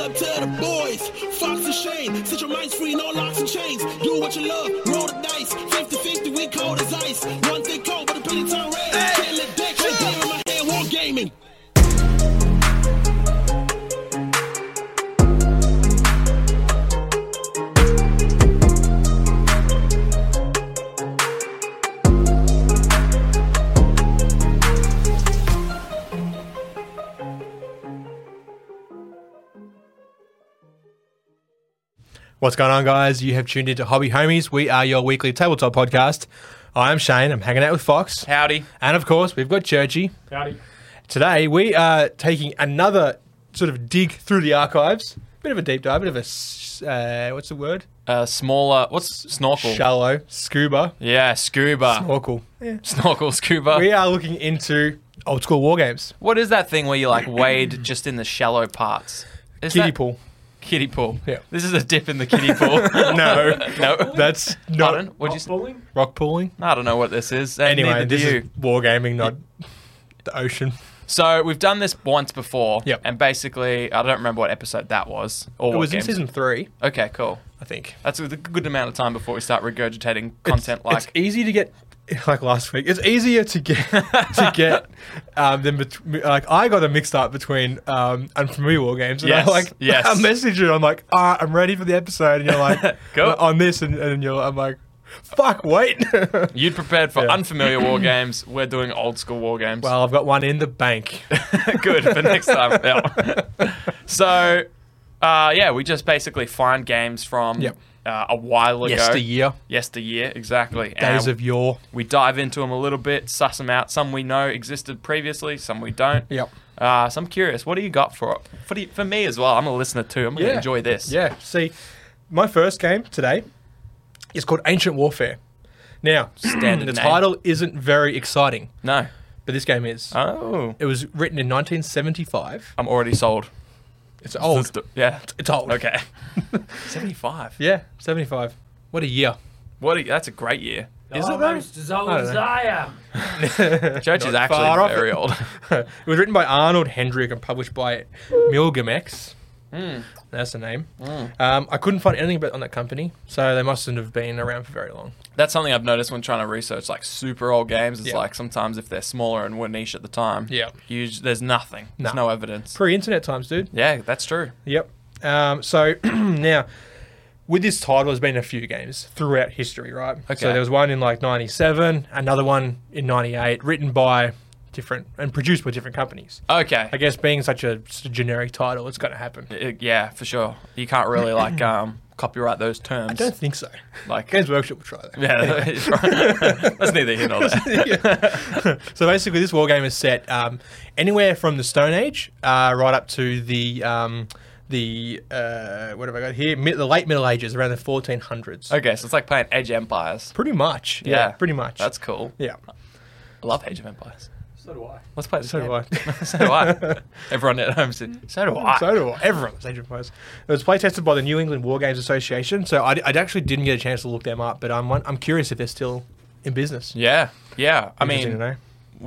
up to the boys. Fox and Shane, set your minds free, no locks and chains. Do what you love, roll the dice. 50 50, we cold as ice. One thing cold, but the penny turn red. Can't let that shit get in my head, war gaming. What's going on, guys? You have tuned into Hobby Homies. We are your weekly tabletop podcast. I'm Shane. I'm hanging out with Fox. Howdy. And of course, we've got Churchy. Howdy. Today, we are taking another sort of dig through the archives. Bit of a deep dive, bit of a, s- uh, what's the word? Uh, smaller. What's snorkel? Shallow. Scuba. yeah, scuba. Snorkel. Yeah. snorkel, scuba. We are looking into old school war games. What is that thing where you like wade just in the shallow parts? Is Kiddie that- pool. Kiddie pool. Yeah. This is a dip in the kiddie pool. No. no. That's not Pardon? What'd you say? Bowling? rock pooling. I don't know what this is. and Anyway, neither do this you. is war gaming, not the ocean. So we've done this once before. Yep. And basically, I don't remember what episode that was. Or It what was in games. season three, Okay, cool. I think. That's a good amount of time before we start regurgitating It's- content like it's easy to get like last week it's easier to get to get um than bet- like i got a mixed up between um unfamiliar war games and Yes, i like yes. i message you i'm like ah i'm ready for the episode and you're like Go. on this and, and you're i'm like fuck wait You'd prepared for Yeah. unfamiliar war games. We're doing old school war games. well i've got one in the bank good for next time. Yeah. so, uh, yeah, we just basically find games from Yep. uh, a while ago. yesteryear Yesteryear, exactly. days and of yore we dive into them a little bit, suss them out. Some we know existed previously, some we don't. yep Uh, so I'm curious, what do you got for for, the, for me as well? I'm a listener too. I'm gonna Yeah. enjoy this. Yeah. See, my first game today is called Ancient Warfare. Now, Standard the name. title isn't very exciting, No. but this game is. Oh. it was written in 1975. I'm already sold. It's old. Yeah. It's old. Okay. 75. Yeah, 75. What a year. What? A, that's a great year. Is it though? Almost Oh, as old I don't as know. I am. Church is Not actually far off very it. old. it was written by Arnold Hendrick and published by Milgamex. Hmm. That's the name. Um, I couldn't find anything about on that company, so they mustn't have been around for very long. That's something I've noticed when trying to research like super old games. It's Yeah. like sometimes if they're smaller and were niche at the time, Yeah. you, j- there's nothing. There's No. no evidence. Pre-internet times, dude. yeah, that's true. Yep. Um, so now, with this title, there's been a few games throughout history, right? Okay. So there was one in like '97, another one in '98, written by different and produced by different companies. Okay. I guess being such a, s- generic title, it's going to happen. Uh, yeah, for sure. You can't really like um, copyright those terms. I don't think so. like Games Workshop will try that. yeah, that's right. that's neither here nor there. Yeah. so basically, this war game is set um, anywhere from the Stone Age uh, right up to the um, the uh, what have I got here? Mid- the late Middle Ages, around the 1400s. Okay, so it's like playing Edge Empires. Pretty much. Yeah. Yeah. Pretty much. That's cool. yeah. I love Edge of Empires. So do I. Let's play this. So do game. I. so do I. Everyone at home said, "So do I." So do I. Everyone was Age of Empires. It was playtested by the New England War Games Association, so I, I actually didn't get a chance to look them up, but I'm one- I'm curious if they're still in business. yeah, yeah. I Interesting mean, to know.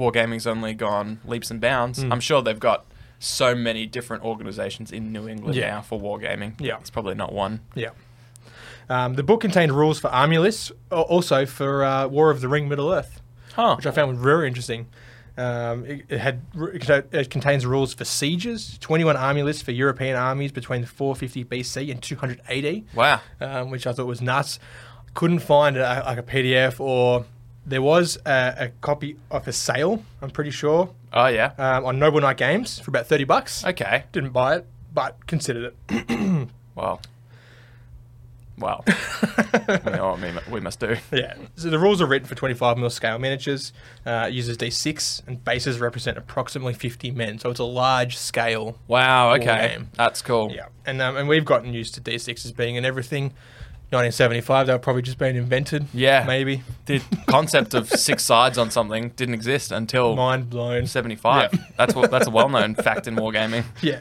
Wargaming's only gone leaps and bounds. Mm. I'm sure they've got so many different organizations in New England Yeah. now for Wargaming. Yeah. It's probably not one. Yeah. Um, the book contained rules for army lists, al- also for uh, War of the Ring Middle Earth, Huh. which I found was very interesting. Um, it, it had ru- it contain- it contains rules for sieges, 21 army lists for European armies between 450 BC and 200 AD. Wow. um, which I thought was nuts. Couldn't find a, like a PDF or there was a, a copy of a sale. I'm pretty sure Oh, yeah. um, on Noble Knight Games for about thirty bucks. I Okay. didn't buy it, but considered it. Wow. Wow. we know what we mu- we must do. yeah. So the rules are written for 25 mil scale miniatures. Uh, it uses d6 and bases represent approximately 50 men. So it's a large scale. Wow. Okay. Wargame. That's cool. Yeah. And um, and we've gotten used to d6 as being in everything. 1975, they were probably just being invented. Yeah. Maybe. The concept of six sides on something didn't exist until Mind blown. 75. Yeah. That's what that's a well-known fact in wargaming. Yeah.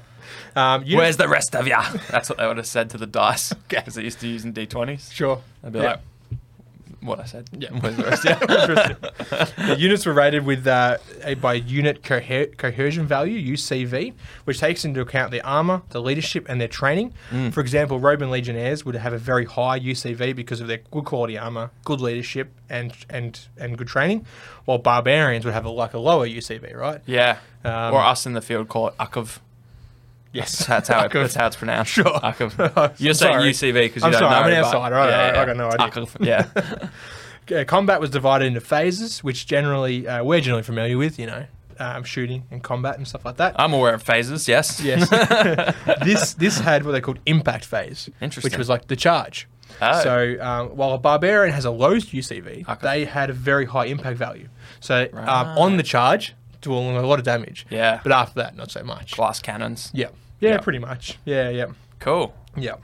Um, you- Where's the rest of ya? That's what they would have said to the dice because they used to use in D20s. Sure. I'd be Yeah. like, what I said. Yeah. Was the rest, yeah. the units were rated with uh, a by unit cohe- cohesion value (UCV), which takes into account their armor, their leadership, and their training. For example, Roman legionnaires would have a very high UCV because of their good quality armor, good leadership, and and and good training, while barbarians would have a, like a lower UCV, right? yeah. Um, or us in the field call it Akov. Yes, That's how, it, Akov. that's how it's pronounced. Sure. I'm Akov. You're saying sorry. UCV because you I'm don't sorry, know. I'm an but- outsider. I don't know. I got no it's idea. Akov, Yeah. Uh, combat was divided into phases, which generally uh, we're generally familiar with, you know, um, shooting and combat and stuff like that. I'm aware of phases, yes. Yes. this this had what they called impact phase, Interesting. which was like the charge. Oh. So um, while a barbarian has a low UCV, Okay. they had a very high impact value. So um, Right. on the charge, doing a lot of damage. Yeah. But after that, not so much. Glass cannons. Yeah. yeah. Yeah. pretty much. Yeah, yeah, Cool. yeah.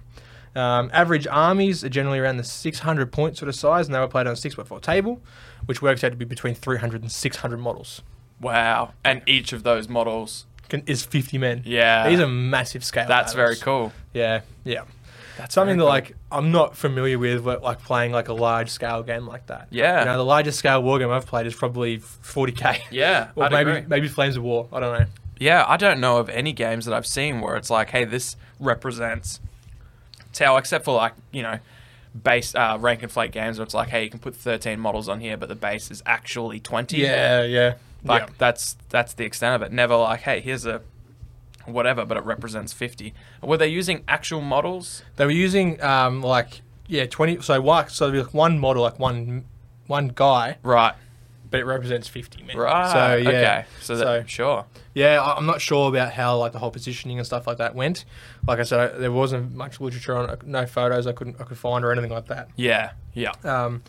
Um, average armies are generally around the 600 point sort of size, and they were played on a 6x4 table, which works out to be between 300 and 600 models. Wow. And each of those models. Can, is 50 men. Yeah. These are massive scale. That's very battles. cool. Yeah, yeah. That's something very that cool. like I'm not familiar with, but, like playing like a large scale game like that. Yeah. you know the largest scale war game I've played is probably 40k. Yeah, or I'd maybe agree. maybe Flames of War. I don't know. Yeah, I don't know of any games that I've seen where it's like, hey, this represents Tau, except for like, you know, base uh, rank and flight games where it's like, hey, you can put 13 models on here, but the base is actually 20. Yeah, yeah, Like, yeah. that's that's the extent of it. Never like, hey, here's a whatever, but it represents 50. Were they using actual models? They were using um like yeah 20. So like so there'd be, like one model like one one guy, Right. but it represents 50 men. Right. So yeah. Okay. So, that, So- sure. Yeah, I- I'm not sure about how like the whole positioning and stuff like that went. Like I said, I- there wasn't much literature on it, no photos I couldn't I could find or anything like that. Yeah. Yeah. Um,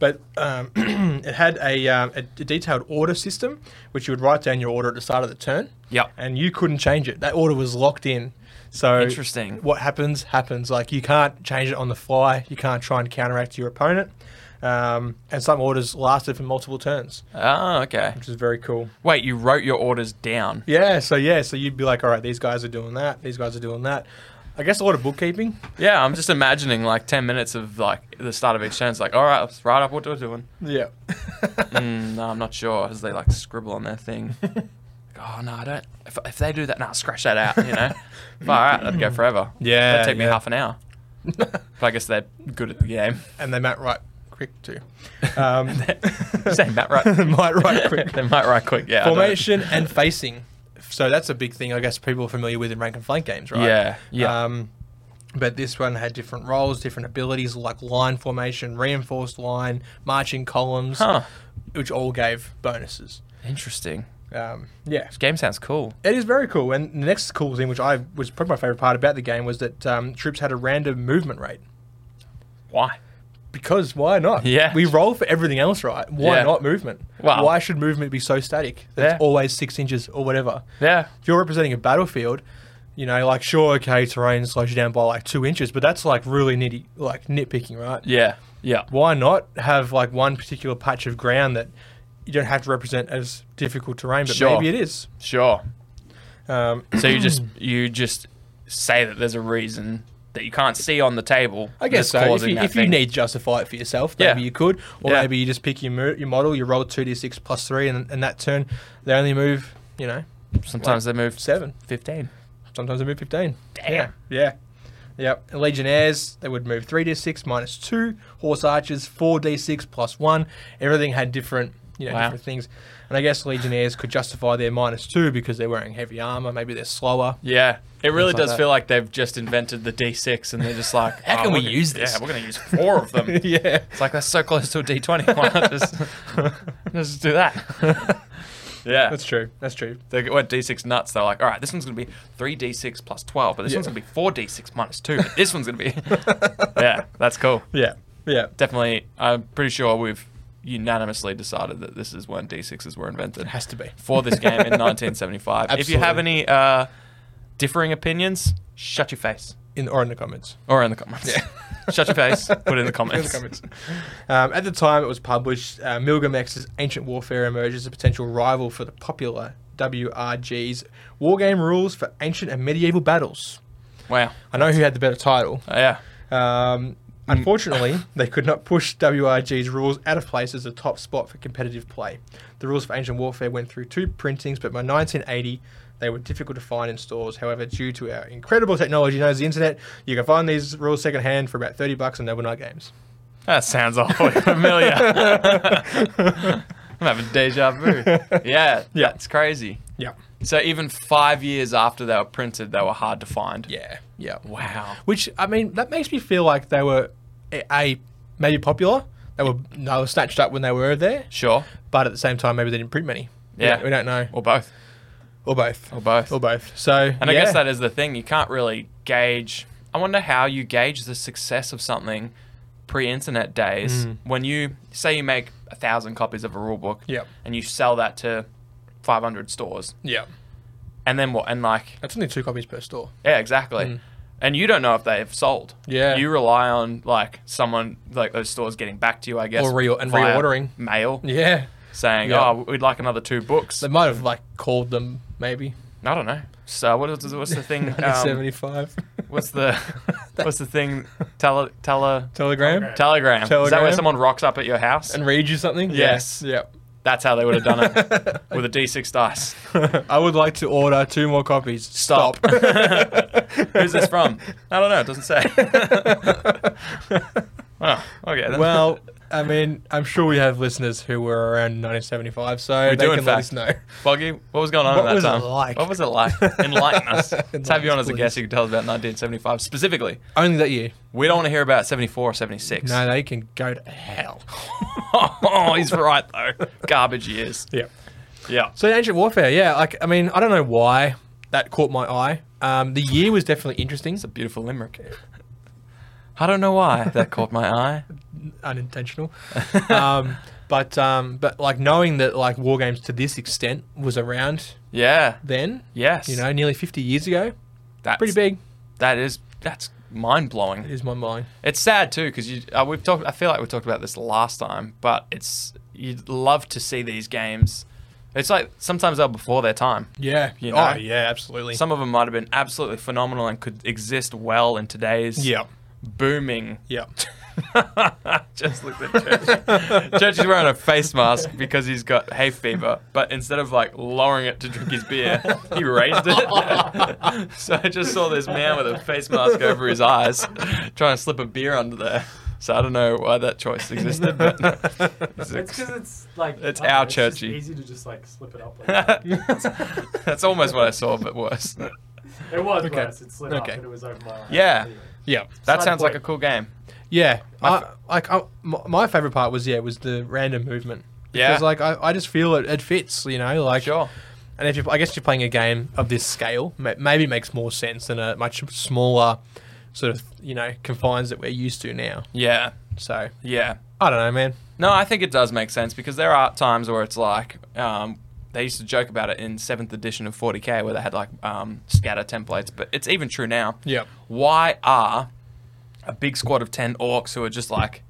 but um, it had a, um, a a detailed order system, which you would write down your order at the start of the turn. Yep. And you couldn't change it. That order was locked in. So Interesting. What happens happens. Like you can't change it on the fly. You can't try and counteract your opponent. Um, and some orders lasted for multiple turns, Oh, okay. which is very cool. Wait, you wrote your orders down. Yeah. So yeah. So you'd be like, all right, these guys are doing that. These guys are doing that. I guess a lot of bookkeeping. Yeah, I'm just imagining like 10 minutes of like the start of each turn. It's like, all right, let's write up what we're doing. Yeah. Mm, no, I'm not sure. As they like scribble on their thing. like, oh, no, I don't. If, if they do that, nah, scratch that out, you know? but, all right, that'd go forever. Mm. Yeah, That'd take me yeah. half an hour. but I guess they're good at the game. and they might write quick too. Um, Same, Matt, right? might write quick. they might write quick, yeah. I don't- formation and facing. So that's a big thing, I guess, people are familiar with in rank and flank games, right? Yeah, yeah. Um, but this one had different roles, different abilities, like line formation, reinforced line, marching columns, Huh. which all gave bonuses. Interesting. Um, yeah, This game sounds cool. it is very cool. And the next cool thing, which I was probably my favorite part about the game, was that um, troops had a random movement rate. Why? Because why not? Yeah. we roll for everything else, right? Why Yeah. not movement? Wow. Why should movement be so static? That's Yeah. always six inches or whatever. Yeah. if you're representing a battlefield, you know, like sure, okay, terrain slows you down by like two inches, but that's like really nitty, like nitpicking, right? Yeah. Yeah. Why not have like one particular patch of ground that you don't have to represent as difficult terrain, but Sure. maybe it is. Sure. Um, So you just you just say that there's a reason that you can't see on the table. I guess that's so. If causing you, that if you thing. need to justify it for yourself, Yeah. maybe you could, or Yeah. maybe you just pick your mo- your model, you roll two d six plus three, and, and that turn they only move, you know, sometimes they move seven. fifteen. Sometimes they move 15. Damn. Yeah. Yeah. Yep. And Legionnaires, they would move 3d6 minus 2. Horse archers, 4d6 plus 1. Everything had different, you know, Wow. different things. And I guess Legionnaires could justify their minus 2 because they're wearing heavy armor. Maybe they're slower. Yeah, it really Things like does that. feel like they've just invented the D6, and they're just like, "Oh, How can we're we gonna- use this? Yeah, we're going to use four of them. yeah. It's like that's so close to a D20. Why not just just do that? yeah, That's true. That's true. they went D6 nuts. They're like, all right, this one's going to be three D6 plus twelve, but this Yeah. one's going to be four D6 minus two. But this one's going to be yeah, that's cool. Yeah. Yeah. definitely. I'm pretty sure we've unanimously decided that this is when D6s were invented Has to be. for this game in 1975. If you have any uh, differing opinions, shut your face In, or in the comments. or in the comments. shut your face. Put it in the In the comments. comments. Um, at the time it was published, uh, Milgamex's Ancient Warfare emerges as a potential rival for the popular WRG's Wargame Rules for Ancient and Medieval Battles. Wow. I know who had the better title. Uh, yeah. Um, Unfortunately, they could not push WRG's rules out of place as a top spot for competitive play. The rules for Ancient Warfare went through two printings, but by 1980, they were difficult to find in stores. However, due to our incredible technology known as the internet, you can find these rules secondhand for about 30 bucks, and they were not games. That sounds a whole lot familiar. I'm having deja vu. Yeah, yeah, it's crazy. Yeah. So even five years after they were printed, they were hard to find. Yeah. Yeah. Wow. Which I mean, that makes me feel like they were a- a maybe popular. They were they were snatched up when they were there, Sure. but at the same time, maybe they didn't print many. We Yeah. don't- we don't know, Or both. or both, Or both. or both. So, And I guess yeah. that is the thing. You can't really gauge. I wonder how you gauge the success of something pre-internet days Mm. when you say you make a thousand copies of a rule book Yep. and you sell that to 500 stores yeah, and then what and like that's only two copies per store. yeah exactly and you don't know if they've sold Mm. Yeah. you rely on like someone like those stores getting back to you i guess Or re- and via reordering. mail Yeah, saying Yeah. oh we'd like another two books they might have like called them maybe i don't know so what is, what's the thing um, 1975 What's the what's the thing? Tele tele telegram telegram. Is that Telegram? when someone rocks up at your house? and read you something. Yes. Yeah. That's how they would have done it with a D6 dice. Yep. I would like to order two more copies. Stop. Who's this from? I don't know. It doesn't say. oh, okay. then. well, I mean, I'm sure we have listeners who were around 1975, so We they do, can in let fact. us know. Foggy, what was going on What at that was it time? like? What was it like? Enlighten us. Let's have you on as a Please. guest. You can tell us about 1975 specifically. Only that year. We don't want to hear about 74 or 76. No, they can go to hell. oh, he's right though. Garbage years. yeah. Yeah. So ancient warfare, yeah. Like I mean, I don't know why that caught my eye. Um, the year was definitely interesting. It's a beautiful limerick. I don't know why that caught my eye. unintentional. um, but um, but like knowing that like war games to this extent was around Yeah. then, Yes. you know, nearly 50 years ago, that's pretty big That is that's mind blowing. is my mind. It's sad too because you uh, we've talked. I feel like we talked about this last time, but it's you'd love to see these games. It's like sometimes they're before their time. Yeah. You know? Oh yeah, absolutely. Some of them might have been absolutely phenomenal and could exist well in today's yeah. booming. Yeah. Just looked at Church. Church is wearing a face mask because he's got hay fever, but instead of like lowering it to drink his beer, he raised it. so I just saw this man with a face mask over his eyes trying to slip a beer under there. So I don't know why that choice existed, but it's It's because it's like It's I don't our know, just churchy. easy to just like slip it up. Like that. ex- that's almost what I saw, but worse. It was Okay. worse. It slid Okay. up, but it was over my. eye. Yeah. Anyway. Yeah. That Side sounds like a point. cool game. Yeah. I, like I, my, my favorite part was yeah was the random movement. Yeah. Because like I, I just feel it, it fits, you know, like Sure. And if you, I guess you're playing a game of this scale, ma- maybe it makes more sense than a much smaller sort of you know confines that we're used to now. Yeah. So Yeah. I don't know, man. No, I think it does make sense because there are times where it's like um, they used to joke about it in seventh edition of 40k where they had like um, scatter templates, but it's even true now. Yeah. Why are a big squad of ten orcs who are just like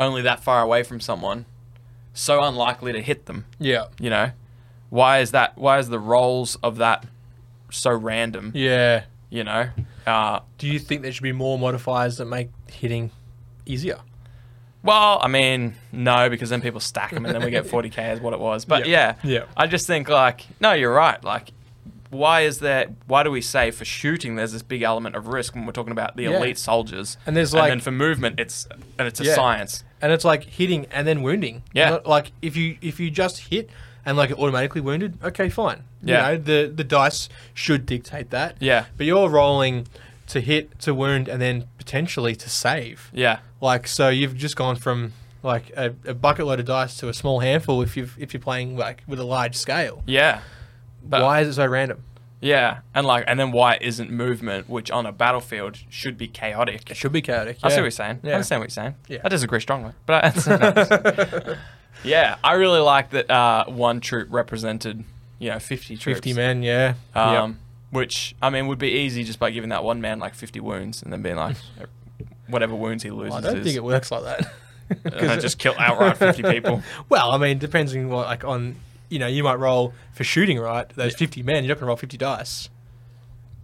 only that far away from someone so unlikely to hit them? Yeah. You know, why is that? Why is the roles of that so random? Yeah. You know, uh, Do you think there should be more modifiers that make hitting easier? Well, I mean, no, because then people stack them and then we get 40k is what it was. But Yeah. yeah, Yeah. I just think like, no, you're right. Like, why is there? Why do we say for shooting there's this big element of risk when we're talking about the Yeah. elite soldiers? And there's, like- and then for movement, it's and it's a Yeah. science. And it's like hitting and then wounding. Yeah. Not like if you if you just hit and like automatically wounded, okay, fine. Yeah. You know, the the dice should dictate that. Yeah. But you're rolling to hit, to wound, and then potentially to save. Yeah, Like so, you've just gone from like a, a bucket load of dice to a small handful if you've if you're playing like with a large scale. yeah, But- Why is it so random? yeah. And like, and then why isn't movement, which on a battlefield should be chaotic? It should be chaotic. I see yeah. what you're saying. Yeah. I understand what you're saying. Yeah. I disagree strongly, but I yeah, I really like that uh, one troop represented, you know, 50 troops. Fifty men. Yeah. Um, Yep. Which, I mean, would be easy just by giving that one man like 50 wounds and then being like, whatever wounds he loses I don't is. think it works like that. and then just kill outright 50 people. Well, I mean, depends on what, like on you know, you might roll for shooting, right? Those fifty men, you're not gonna roll fifty dice.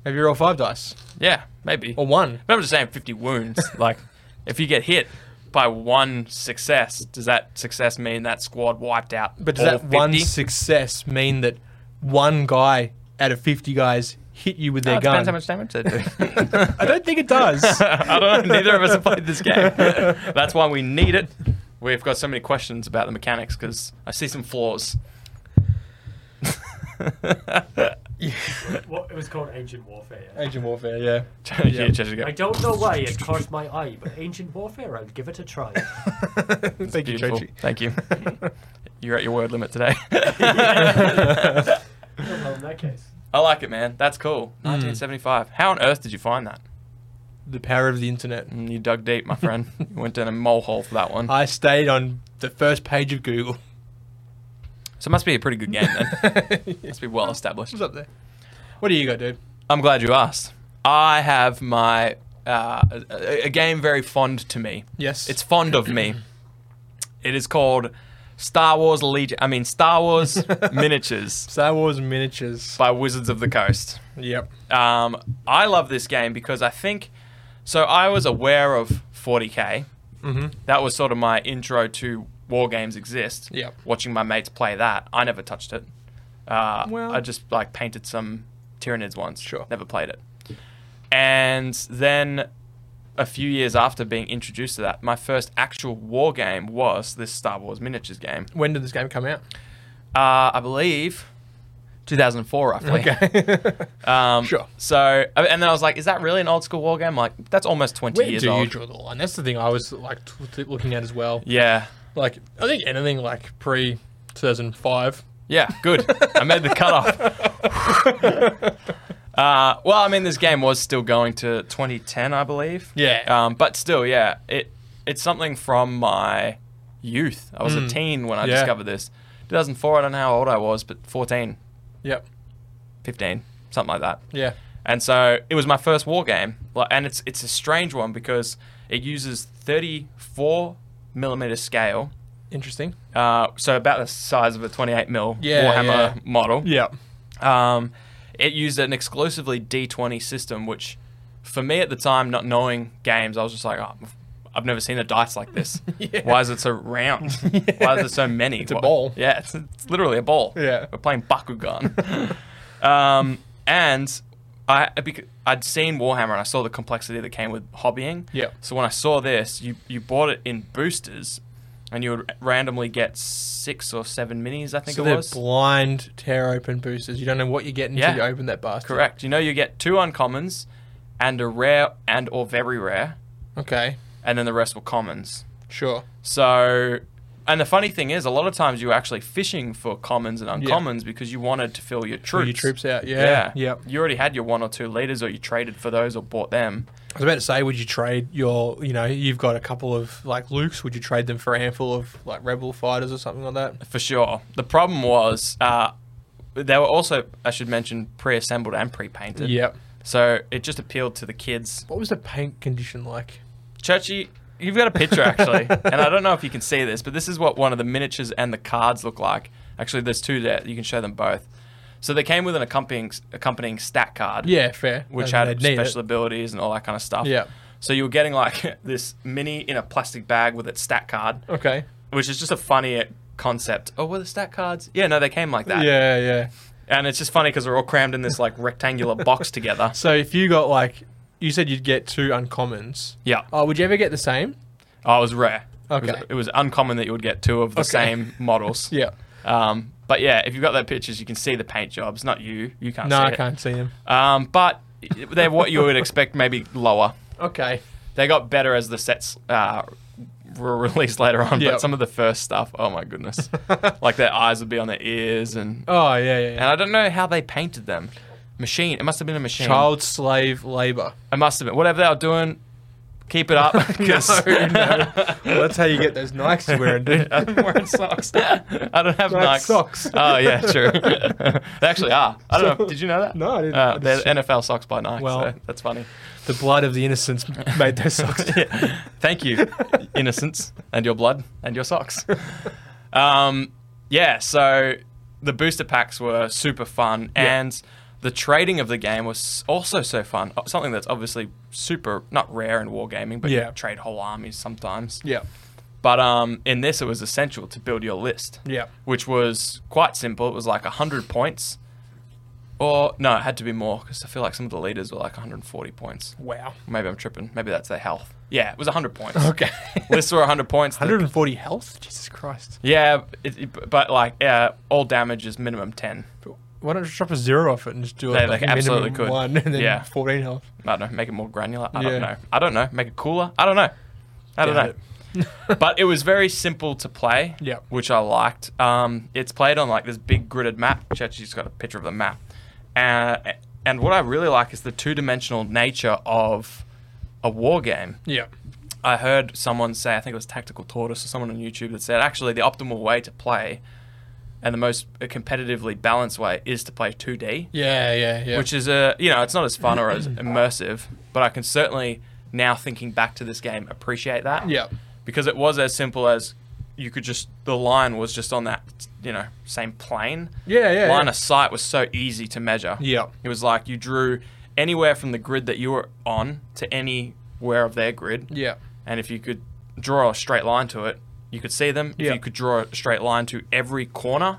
Maybe you roll five dice Yeah, maybe. or one. but I'm just saying 50 wounds. Like, If you get hit by one success, does that success mean that squad wiped out? But does all that one 50? success mean that one guy out of 50 guys hit you with Oh, their it gun? depends how much damage they do. I don't think it does. I don't know. Neither of us have played this game. That's why we need it. We've got so many questions about the mechanics because I see some flaws. What, it was called Ancient Warfare. Agent Warfare, yeah. Yeah, Chester, go. I don't know why it caught my eye, but Ancient Warfare, I'll give it a try. Thank you, Beautiful. Treachy. Thank you. You're at your word limit today. well, in that case. I like it, man. That's cool. Hmm. 1975. How on earth did you find that? The power of the internet. Mm, You dug deep, my friend. you went down a mole hole for that one. I stayed on the first page of Google. So it must be a pretty good game then. must be well established. What's up there? What do you got, dude? I'm glad you asked. I have my uh, a, a game very fond to me. Yes. It's fond of me. It is called Star Wars Legion. I mean, Star Wars Miniatures Star Wars miniatures. by Wizards of the Coast. Yep. Um, I love this game because I think. So I was aware of 40k. Mhm. That was sort of my intro to war games exist. Yep. Watching my mates play that, I never touched it. Uh, Well- I just like painted some Tyranids once. Sure. Never played it. And then a few years after being introduced to that, my first actual war game was this Star Wars miniatures game. When did this game come out? Uh, I believe 2004 roughly. Um, Sure. So, and then I was like, is that really an old school war game? Like, that's almost 20 Where years do you old. draw the line? That's the thing I was like t- t- looking at as well. yeah. Like, I think anything like pre 2005. Yeah, good. I made the cutoff. uh, well, I mean, this game was still going to 2010, I believe. Yeah. Um, but still, yeah, it it's something from my youth. I was a teen when I Hmm. Yeah. discovered this. 2004, I don't know how old I was, but 14, Yep. 15, something like that. Yeah. And so it was my first war game, Like, and it's it's a strange one because it uses 34 millimeter scale, Interesting. uh, so about the size of a 28 mil Yeah, Warhammer yeah. model. Yeah. Um, it used an exclusively D20 system, which for me at the time, not knowing games, I was just like, oh, I've never seen a dice like this. Yeah. Why is it so round? Why is there so many? It's a ball. Yeah, it's, it's literally a ball. Yeah. We're playing Bakugan. um, and I, bec- I'd seen Warhammer and I saw the complexity that came with hobbying. Yeah. So when I saw this, you, you bought it in boosters. And you would randomly get six or seven minis, I think So it they're was. blind tear open boosters. You don't know what you're getting Yeah. until you open that bastard. Correct. You know, you get two uncommons and a rare and or very rare, Okay. and then the rest were commons. Sure. So, and the funny thing is, a lot of times you were actually fishing for commons and uncommons because you wanted to fill your Pull troops. Your troops out. Yeah. Yep. You already had your one or two leaders, or you traded for those, or bought them. I was about to say, would you trade your, you know, you've got a couple of like Lukes, would you trade them for a handful of like rebel fighters or something like that? For sure. The problem was uh, they were also, I should mention, pre-assembled and pre-painted. Yep. So it just appealed to the kids. What was the paint condition like? Churchy, you've got a picture actually, and I don't know if you can see this, but this is what one of the miniatures and the cards look like. Actually, there's two there. You can show them both. So they came with an accompanying accompanying stat card, Yeah, fair. which I had mean, they'd need special abilities and all that kind of stuff. Yeah. So you were getting like this mini in a plastic bag with its stat card, it. Okay. which is just a funny concept. Oh, were the stat cards? Yeah, no, they came like that. Yeah, yeah. And it's just funny because they're all crammed in this like rectangular box together. So if you got like, you said you'd get two uncommons. Yeah. Oh, would you ever get the same? Oh, it was rare. It was, Okay. it was uncommon that you would get two of the Okay. same models. Yeah. Um, but yeah, if you've got that pictures, you can see the paint jobs. Not you. You can't No, see I it. can't see them. Um, but they're what you would expect, maybe lower. Okay. They got better as the sets uh, were released later on. Yep. But some of the first stuff, oh my goodness. like their eyes would be on their ears. And, Oh, yeah, yeah. and yeah. I don't know how they painted them. Machine. It must have been a machine. Child slave labor. It must have been. Whatever they were doing, keep it up. 'cause- No, no. Well, that's how you get those Nikes you're wearing, dude. I'm wearing socks. I don't have Like Nikes. socks. Oh yeah, true. they actually are. I don't know. Did you know that? No, I didn't. I Uh, just- they're NFL socks by Nike. Well- so that's funny. the blood of the innocents made those socks. Yeah. Thank you, innocence, and your blood and your socks. Um, yeah. So the booster packs were super fun, and The trading of the game was also so fun. Uh, Something that's obviously super not rare in wargaming, but Yeah. you trade whole armies sometimes. Yeah. But um, in this, it was essential to build your list. Yeah. Which was quite simple. It was like 100 points. Or, no, it had to be more because I feel like some of the leaders were like 140 points. Wow. Maybe I'm tripping. Maybe that's their health. Yeah, it was 100 points. Okay. Lists were 100 points. The- 140 health? Jesus Christ. yeah, it, it- but like, yeah, all damage is minimum 10. Why don't you drop a zero off it and just do They, it like, like, absolutely minimum could. one and then Yeah. 14 health? I don't know, make it more granular. I Yeah. don't know. I don't know. Make it cooler. I don't know. I don't Doubt know. but it was very simple to play, Yep. which I liked. Um, it's played on like this big gridded map. Which actually just got a picture of the map. Uh, and what I really like is the two dimensional nature of a war game. Yeah. I heard someone say, I think it was Tactical Tortoise or someone on YouTube that said actually the optimal way to play and the most uh, competitively balanced way is to play 2D Yeah, yeah, yeah. which is a you know it's not as fun or as immersive, but I can certainly now thinking back to this game appreciate that. Yeah. because it was as simple as you could just the line was just on that you know same plane. Yeah, yeah, Line yeah. of sight was so easy to measure. Yeah. it was like you drew anywhere from the grid that you were on to anywhere of their grid. Yeah. and if you could draw a straight line to it. You could see them. Yeah. If you could draw a straight line to every corner,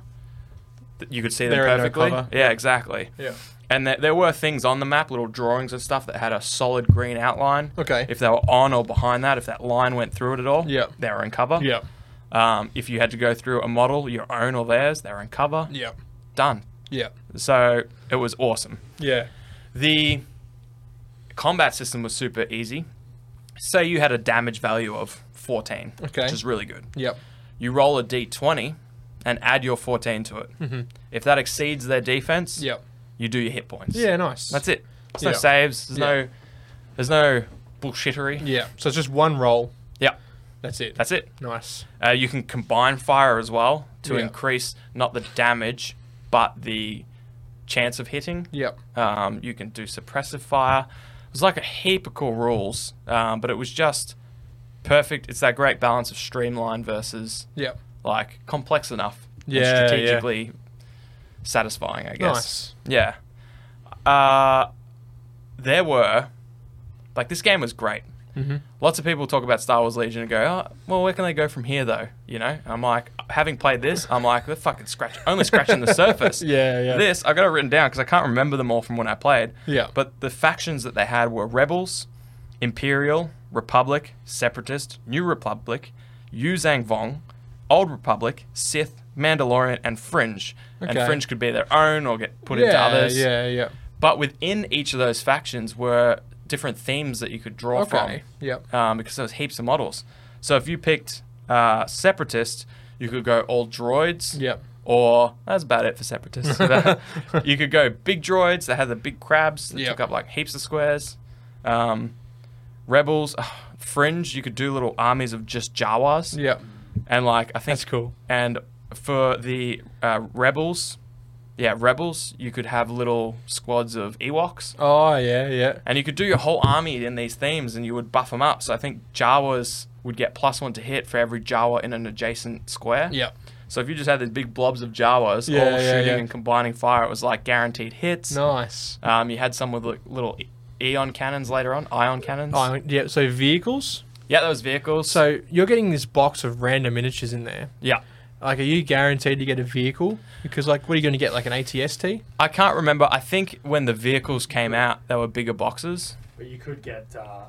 th- you could see them They're in no perfectly. cover. Yeah, exactly. Yeah. And there, there were things on the map, little drawings and stuff that had a solid green outline. Okay. If they were on or behind that, if that line went through it at all, Yeah. they were in cover. Yeah. Um, if you had to go through a model, your own or theirs, they were in cover. Yeah. Done. Yeah. So it was awesome. Yeah. The combat system was super easy. Say you had a damage value of 14, Okay. which is really good Yep. you roll a d20 and add your 14 to it. If that exceeds their defense, Mm-hmm. Yep. you do your hit points. Yeah, nice. That's it. There's Yeah. no saves. There's Yeah. no there's no bullshittery. Yeah. So it's just one roll. Yeah, That's it. that's it. nice. Uh, you can combine fire as well to Yeah. increase not the damage but the chance of hitting. Yep. Um, you can do suppressive fire. There's like a heap of cool rules, um, but it was just perfect. It's that great balance of streamlined versus Yep. like complex enough Yeah, yeah. and strategically satisfying, I guess. Nice. Yeah. Uh, there were like this game was great. Mm-hmm. Lots of people talk about Star Wars Legion and go, "Oh, well, where can they go from here, though?" You know, I'm like, having played this, I'm like, they're fucking scratch, only scratching the surface. Yeah, yeah. This I got it written down because I can't remember them all from when I played. Yeah. But the factions that they had were Rebels, Imperial, Republic, Separatist, New Republic, Yu Zhang Vong, Old Republic, Sith, Mandalorian, and Fringe. Okay. And Fringe could be their own or get put into yeah, others. yeah, yeah. But within each of those factions were different themes that you could draw Okay. from Yep. um, because there was heaps of models. So if you picked uh, separatist, you could go all droids. Yep. Or that's about it for separatists. you could go big droids that had the big crabs that Yep. took up like heaps of squares. Um, rebels, fringe. You could do little armies of just Jawas. Yep. And like I think That's cool. And for the uh, rebels, yeah, rebels. You could have little squads of Ewoks. Oh, yeah, yeah. And you could do your whole army in these themes and you would buff them up. So I think Jawas would get plus one to hit for every Jawa in an adjacent square. Yep. So if you just had these big blobs of Jawas Yeah, all yeah, shooting yeah. and combining fire, it was like guaranteed hits. Nice. Um, you had some with like, little e- eon cannons later on, ion cannons. Oh, yeah. So vehicles. Yeah, that was vehicles. So you're getting this box of random miniatures in there. yeah. Like, are you guaranteed to get a vehicle? Because, like, what are you going to get? Like an ATST? I can't remember. I think when the vehicles came out, they were bigger boxes. But you could get uh,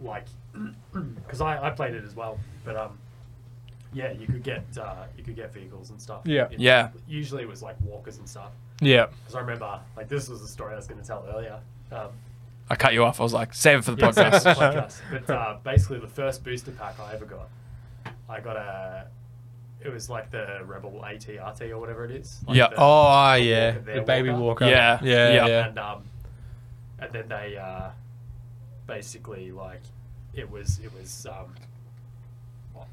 like because I, I played it as well, but um, yeah, you could get uh, you could get vehicles and stuff. Yeah. It- Yeah. Usually it was like walkers and stuff. Yeah. Because I remember like this was the story I was going to tell earlier. Um, I cut you off. I was like, save it for the yeah, podcast. sorry, podcast. But uh, basically, the first booster pack I ever got, I got a. It was like the Rebel ATRT or whatever it is. Like Yeah. the- Oh, yeah. Walker, The their baby walker. walker. Yeah, Yeah. Yeah. yeah. Yeah. and um, and then they uh, basically like it was it was um,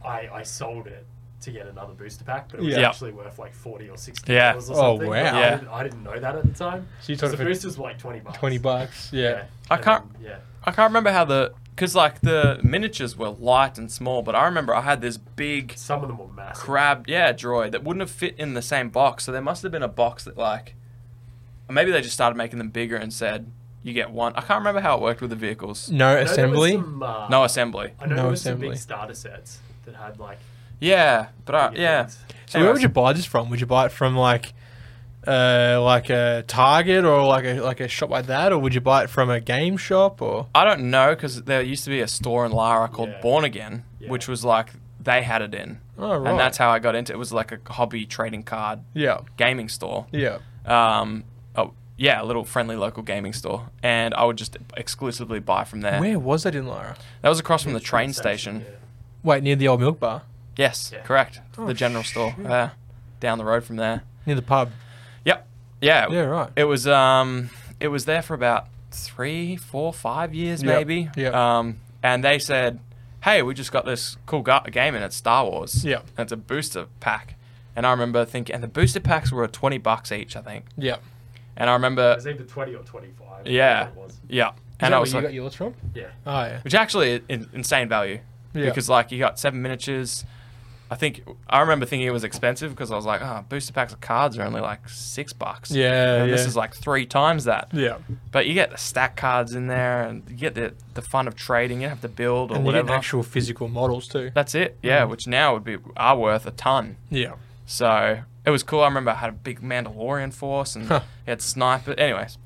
I I sold it to get another booster pack, but it was Yeah. actually worth like forty or sixty Yeah. dollars or Oh, something. wow. I, Yeah. didn't, I didn't know that at the time. So you 'Cause sold it the for boosters were like twenty bucks. Twenty bucks. Yeah. I And can't- then, yeah. I can't remember how the because like the miniatures were light and small, but I remember I had this big Some of them were massive. crab yeah droid that wouldn't have fit in the same box. So there must have been a box that like maybe they just started making them bigger and said you get one. I can't remember how it worked with the vehicles. No I know there was assembly. some, uh, No assembly. I know No there was some assembly. big starter sets that had like. Yeah, but I, bigger Uh, yeah. things. So where Anyways. would you buy this from? Would you buy it from like, uh, like a Target or like a like a shop like that, or would you buy it from a game shop or? I don't know because there used to be a store in Lara called Yeah. Born Again, Yeah. which was like they had it in, Oh right. and that's how I got into it. It was like a hobby trading card yeah, gaming store. yeah. Um, oh, yeah, a little friendly local gaming store, and I would just exclusively buy from there. Where was that in Lara? That was across from the train station. Wait, near the old milk bar, Yes, Yeah. correct. Oh, the general store. shit. Yeah, down the road from there. near the pub. Yep. Yeah. Yeah, right. It was um, it was there for about three, four, five years Yep, maybe. yep. Um, and they said, "Hey, we just got this cool gu- game and it's Star Wars. Yep. And it's a booster pack." And I remember thinking, and the booster packs were twenty bucks each, I think. Yeah. And I It remember, was either twenty or twenty-five. yeah, whatever It was. yeah. Is And that I where was you like, got yours from? Yeah. Oh yeah. which actually in, insane value Yeah. because like you got seven miniatures. I think I remember thinking it was expensive because I was like, oh, booster packs of cards are only like six bucks. Yeah, and this yeah. is like three times that. Yeah. But you get the stack cards in there, and you get the the fun of trading. You don't have to build or And you get whatever. actual Mm. physical models too. That's it. Yeah, which now would be are worth a ton. Yeah. So it was cool. I remember I had a big Mandalorian force and Huh. it had sniper. Anyways,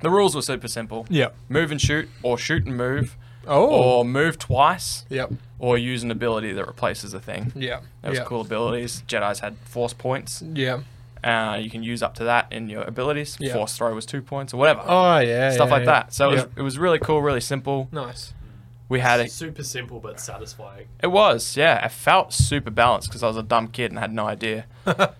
the rules were super simple. Yeah. Move and shoot, or shoot and move, Oh. or move twice, Yep. or use an ability that replaces a thing. Yeah. That was yeah. cool abilities. Jedi's had force points. Yeah. Uh, you can use up to that in your abilities. Yeah. Force throw was two points or whatever. Oh yeah. Stuff yeah, like yeah. that. So it, yeah. was, it was really cool, really simple. nice. We had it. Super simple but satisfying. It was, yeah. I felt super balanced because I was a dumb kid and had no idea. but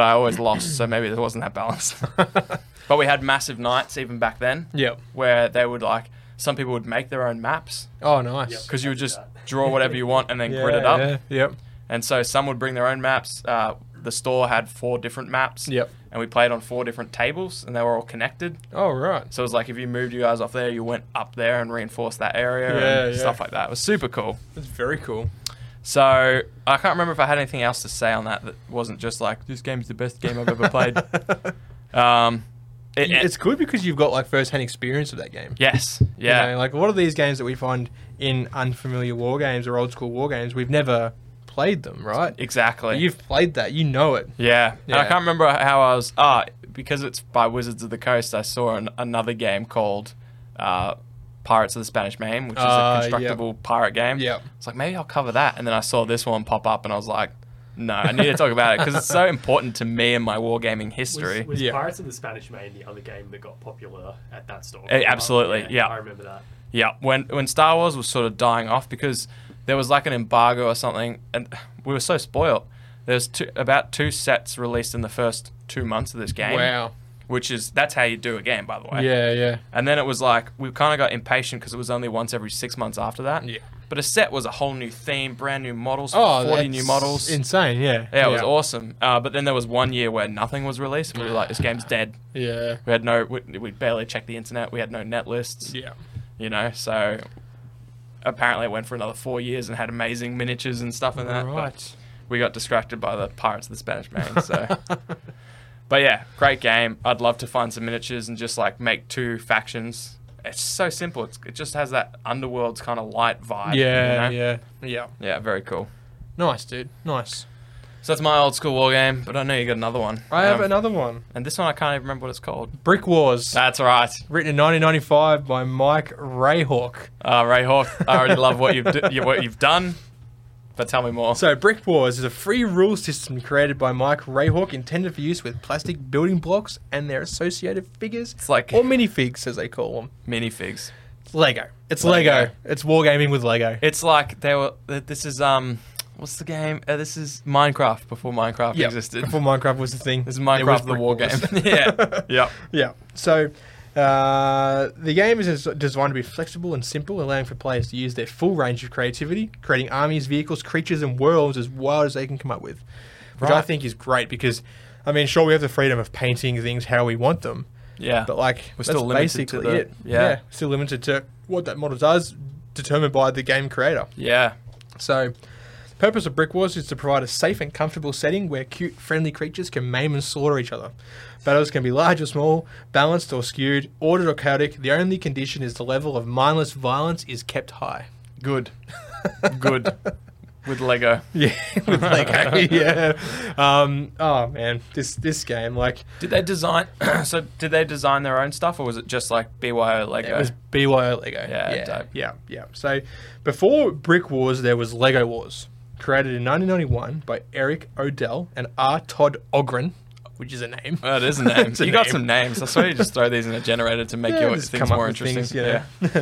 I always lost, so maybe there wasn't that balance. but we had massive nights even back then Yep. where they would like, some people would make their own maps Oh nice. Yep. because you would Copy just that. draw whatever you want and then Yeah, grid it up. Yeah. Yep. And so some would bring their own maps. Uh, the store had four different maps. Yep. And we played on four different tables and they were all connected. Oh right. So it was like if you moved you guys off there, you went up there and reinforced that area Yeah, and yeah. stuff like that. It was super cool. That's very cool. So I can't remember if I had anything else to say on that that wasn't just like this game's the best game I've ever played. um, it, it- it's good because you've got like first-hand experience of that game. yes, yeah, You know, like a lot of these games that we find in unfamiliar war games or old school war games, we've never played them, right? exactly. You've played that, you know it. yeah. and I Yeah. can't remember how I was. Ah, because it's by Wizards of the Coast, I saw an, another game called uh, Pirates of the Spanish Main, which is Uh, a yep. constructible pirate game. Yep. It's like maybe I'll cover that, and then I saw this one pop up, and I was like, no, I need to talk about it because it's so important to me and my wargaming history. Was, was Yeah. Pirates of the Spanish Main the other game that got popular at that store? Eh, absolutely, yeah. I remember that. Yeah, when when Star Wars was sort of dying off because there was like an embargo or something, and we were so spoiled. There's two, about two sets released in the first two months of this game. Wow. Which is that's how you do a game, by the way. Yeah, yeah. And then it was like we kind of got impatient because it was only once every six months after that. Yeah. But a set was a whole new theme, brand new models, Oh, 40 that's new models. Insane, yeah. yeah, it was awesome. Uh, but then there was one year where nothing was released, and we were like, "This game's dead." Yeah. We had no, we, we barely checked the internet. We had no net lists Yeah. you know. So apparently, it went for another four years and had amazing miniatures and stuff and that. Right. But we got distracted by the Pirates of the Spanish Main. So, but yeah, great game. I'd love to find some miniatures and just like make two factions. It's so simple. It's, it just has that underworld's kind of light vibe. Yeah, you know? yeah. Yeah. yeah, very cool. Nice, dude. Nice. So that's my old school war game. But I know you got another one. I have Um, another one. and this one I can't even remember what it's called. Brick Wars, That's right. written in 1995 by Mike Rayhawk. Uh, Ray Hawk. I already love what you've d- you- what you've done. But tell me more. So, Brick Wars is a free rule system created by Mike Rayhawk intended for use with plastic building blocks and their associated figures. It's like- Or minifigs, as they call them. minifigs. It's Lego. It's Lego. Lego. It's wargaming with Lego. It's like they were. th- This is um, what's the game? Uh, this is Minecraft before Minecraft Yeah, existed. Before Minecraft was the thing. this is there was Minecraft the Brick war game. Wars. yeah, yeah, Yeah. So uh, the game is des- designed to be flexible and simple, allowing for players to use their full range of creativity, creating armies, vehicles, creatures, and worlds as wild as they can come up with, which I Right. think is great because, I mean, sure we have the freedom of painting things how we want them, yeah. but like We're that's still limited to basically the- it. yeah. still limited to what that model does, determined by the game creator. yeah, So Purpose of Brick Wars is to provide a safe and comfortable setting where cute, friendly creatures can maim and slaughter each other. Battles can be large or small, balanced or skewed, ordered or chaotic. The only condition is the level of mindless violence is kept high. Good. Good. With Lego. Yeah, with Lego. yeah. Um, oh man, this this game like Did they design? so did they design their own stuff, or was it just like BYO Lego? It was BYO Lego. Yeah, yeah, dope. yeah, yeah. So before Brick Wars, there was Lego Wars, created in 1991 by Eric Odell and R. Todd Ogren, which is a name. Oh, it is a name. It's a you got name. some names. I swear you just throw these in a generator to make Yeah, your just things come up more with interesting. things, you know.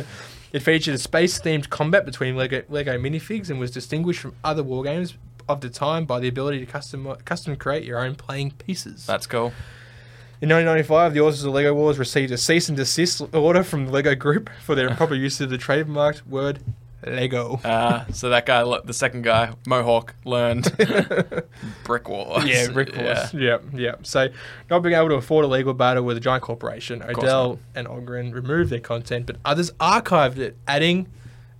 it featured a space-themed combat between Lego, Lego minifigs and was distinguished from other war games of the time by the ability to custom custom create your own playing pieces. That's cool. In 1995, the authors of Lego Wars received a cease and desist order from the Lego Group for their improper use of the trademarked word Lego. Uh, so that guy, le- the second guy, Mohawk, learned brick wars. Yeah, Rick Wars. Yeah. Yeah. yeah, So, not being able to afford a legal battle with a giant corporation, course Odell and Ogren removed their content, but others archived it, adding,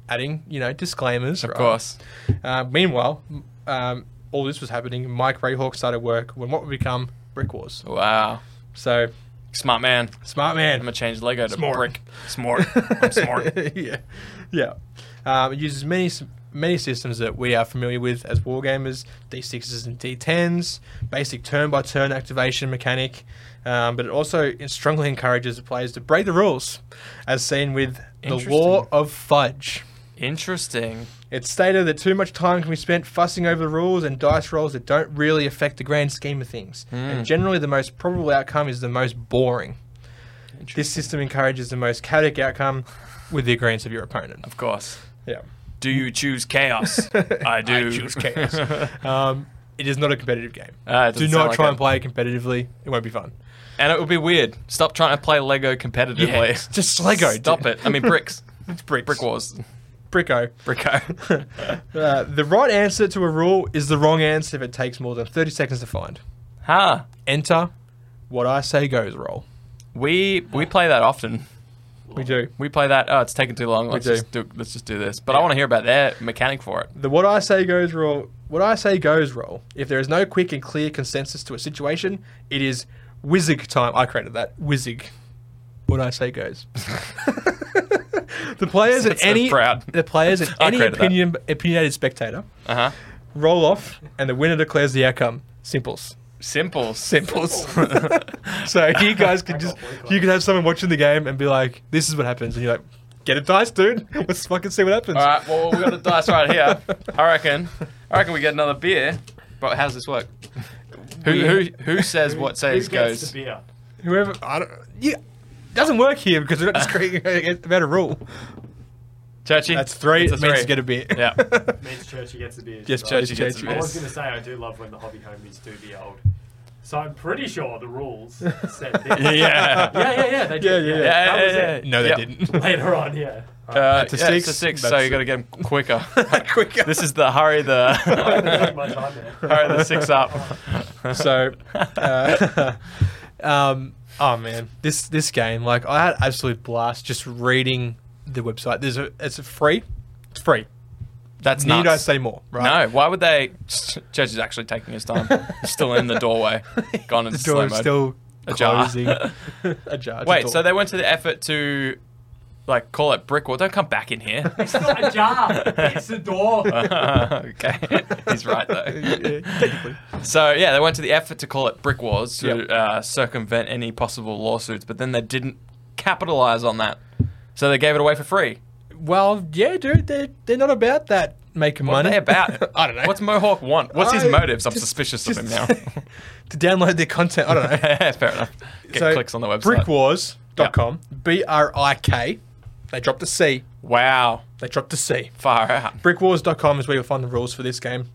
adding, you know, disclaimers. Of course. Uh, meanwhile, m- um, all this was happening. Mike Rayhawk started work when what would become Brick Wars. Wow. So, Smart man. smart I'm man. gonna change Lego to Smart. brick. Smart. I'm smart. yeah, yeah. Um, it uses many s- many systems that we are familiar with as wargamers: d6s and d10s, basic turn-by-turn activation mechanic. Um, but it also strongly encourages the players to break the rules, as seen with the Interesting. War of Fudge. Interesting. It's stated that too much time can be spent fussing over the rules and dice rolls that don't really affect the grand scheme of things. Hmm. And generally, the most probable outcome is the most boring. This system encourages the most chaotic outcome with the agreements of your opponent. Of course. Yeah. Do you choose chaos? I do. choose chaos. Um, it is not a competitive game. Ah, it Do doesn't not sound like try it. and play it competitively. It won't be fun. and it would be weird. Stop trying to play Lego competitively. Yeah, it's just Lego, Stop dude. it. I mean bricks. It's bricks. Brick wars. Bricko. Bricko. Uh, the right answer to a rule is the wrong answer if it takes more than 30 seconds to find. huh. Enter what I say goes roll. We we play that often. We do. We play that. Oh, it's taking too long. Let's do. just do. Let's just do this. But I want to hear about their mechanic for it. The what I say goes rule. What I say goes rule. If there is no quick and clear consensus to a situation, it is whizzig time. I created that whizzig. What I say goes. the players and So any proud. the players and I any created that. opinion, opinionated spectator Uh huh. roll off, and the winner declares the outcome. Simples. Simple. Simples. so you guys can just you could have someone watching the game and be like, "This is what happens," and you're like, "Get a dice, dude. Let's fucking see what happens." All right. Well, we got the dice right here. I reckon. I reckon we get another beer. But how's this work? Who who who says what says Who gets goes? the beer? Whoever I don't yeah doesn't work here because we're not just creating about a rule. Churchy. That's three. It's It a means three. to get a bit. Yeah. Uh, Means Churchy gets the beer. Yes, right? Churchy gets gets a I Yes. was going to say I do love when the hobby homies do the old. So I'm pretty sure the rules said this. Yeah. Yeah. yeah, yeah, yeah, they did. Yeah, yeah, That was yeah, it. yeah. No, they Yep. didn't. Later on, yeah. Alright. Uh, That's a yeah, it's six. a six. so That's you got to get them quicker. Quicker. this is the hurry I the didn't take my time there. hurry the six up. so. Uh, um, oh man, this this game like I had absolute blast just reading the website. There's a it's a free, it's free. That's Need I nuts. say more? No, Right? why would they? Judge is actually taking his time. He's still in the doorway, gone into the door slow is mode. still Ajar. closing. Ajar, it's a Wait, door. so they went to the effort to, like, call it brick wall. Don't come back in here. It's not a jar. It's the door. okay, he's right Yeah, though. technically. So yeah, they went to the effort to call it brick wars to Yep. uh, circumvent any possible lawsuits, but then they didn't capitalize on that. So they gave it away for free. Well, yeah, dude, they're, they're not about that making What money. are they about? I don't know. What's Mohawk want? What's his I- motives? I'm just- suspicious of him now. just- to download their content. I don't know. Fair enough. Get clicks on the website. Brickwars.com, B R I K. They dropped the C. Wow, They dropped the C. far out. Brickwars.com is where you'll find the rules for this game.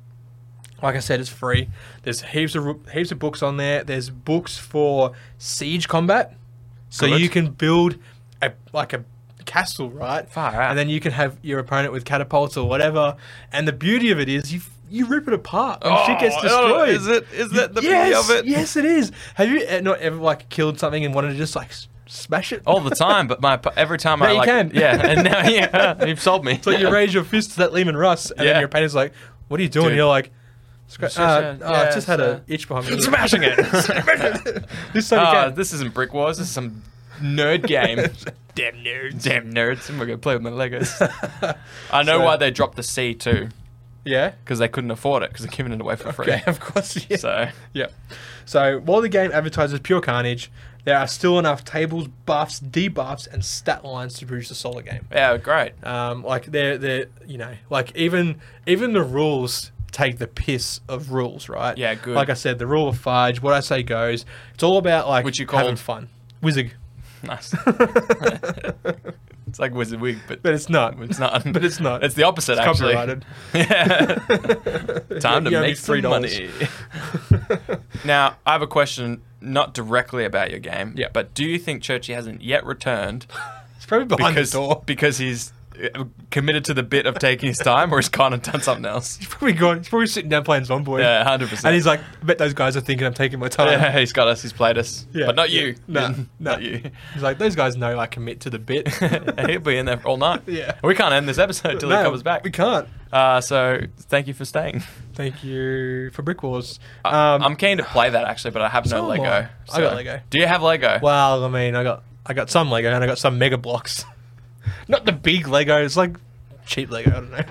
Like I said, it's free. There's heaps of ru- heaps of books on there. There's books for siege combat, so Good. you can build a like a castle, right? Far out. And then you can have your opponent with catapults or whatever. And the beauty of it is you you rip it apart and shit gets Oh, destroyed. Is it? Is that the beauty yes, of it? yes, it is. Have you uh, not ever like killed something and wanted to just like s- smash it? All Oh, the time, but my every time Now I you like can. yeah, and now yeah, you've sold me. So you raise your fist to that Lehman Russ, and Yeah. then your opponent's like, What are you doing? Dude. You're like, scra- It's just uh, a- oh, I've yeah, just had it's an a- itch behind me. Smashing it. this time Ah, you can. this isn't Brick Wars. This is some nerd game. Damn nerds. Damn nerds. And we're going to play with my Legos. I know So- why they dropped the C too, yeah. because they couldn't afford it, because they're giving it away for free. Okay, of course. Yeah. So, Yep. So while the game advertises pure carnage, there are still enough tables, buffs, debuffs, and stat lines to produce a solid game. yeah, great. Um, like they're they're you know like even even the rules take the piss of rules, right? Yeah, good. Like I said, the rule of fudge, what I say goes. It's all about like Which you having called- fun, wizig. Nice. it's like Wizard Wig, but But it's not. it's not. But it's not. It's the opposite, It's actually. copyrighted. yeah. Time to You owe me make some $3. money. now, I have a question, not directly about your game, Yeah. but do you think Churchy hasn't yet returned It's probably behind because the door. because he's uh, committed to the bit of taking his time, or he's gone and done something else? He's probably gone. He's probably sitting down playing Zomboid. Yeah, hundred percent. And he's like, I bet those guys are thinking I'm taking my time. yeah, he's got us. He's played us, Yeah, but not yeah. you. No, no. not you. He's like, those guys know I commit to the bit. He'll be in there all night. Yeah. we can't end this episode till No, he comes back. We can't. Uh, so thank you for staying. Thank you for Brick Wars. Um, I'm keen to play that actually, but I have so no am Lego. I. I got Lego. Do you have Lego? Well, I mean, I got I got some Lego and I got some Mega Blocks. Not the big Lego. It's like cheap Lego. I don't know.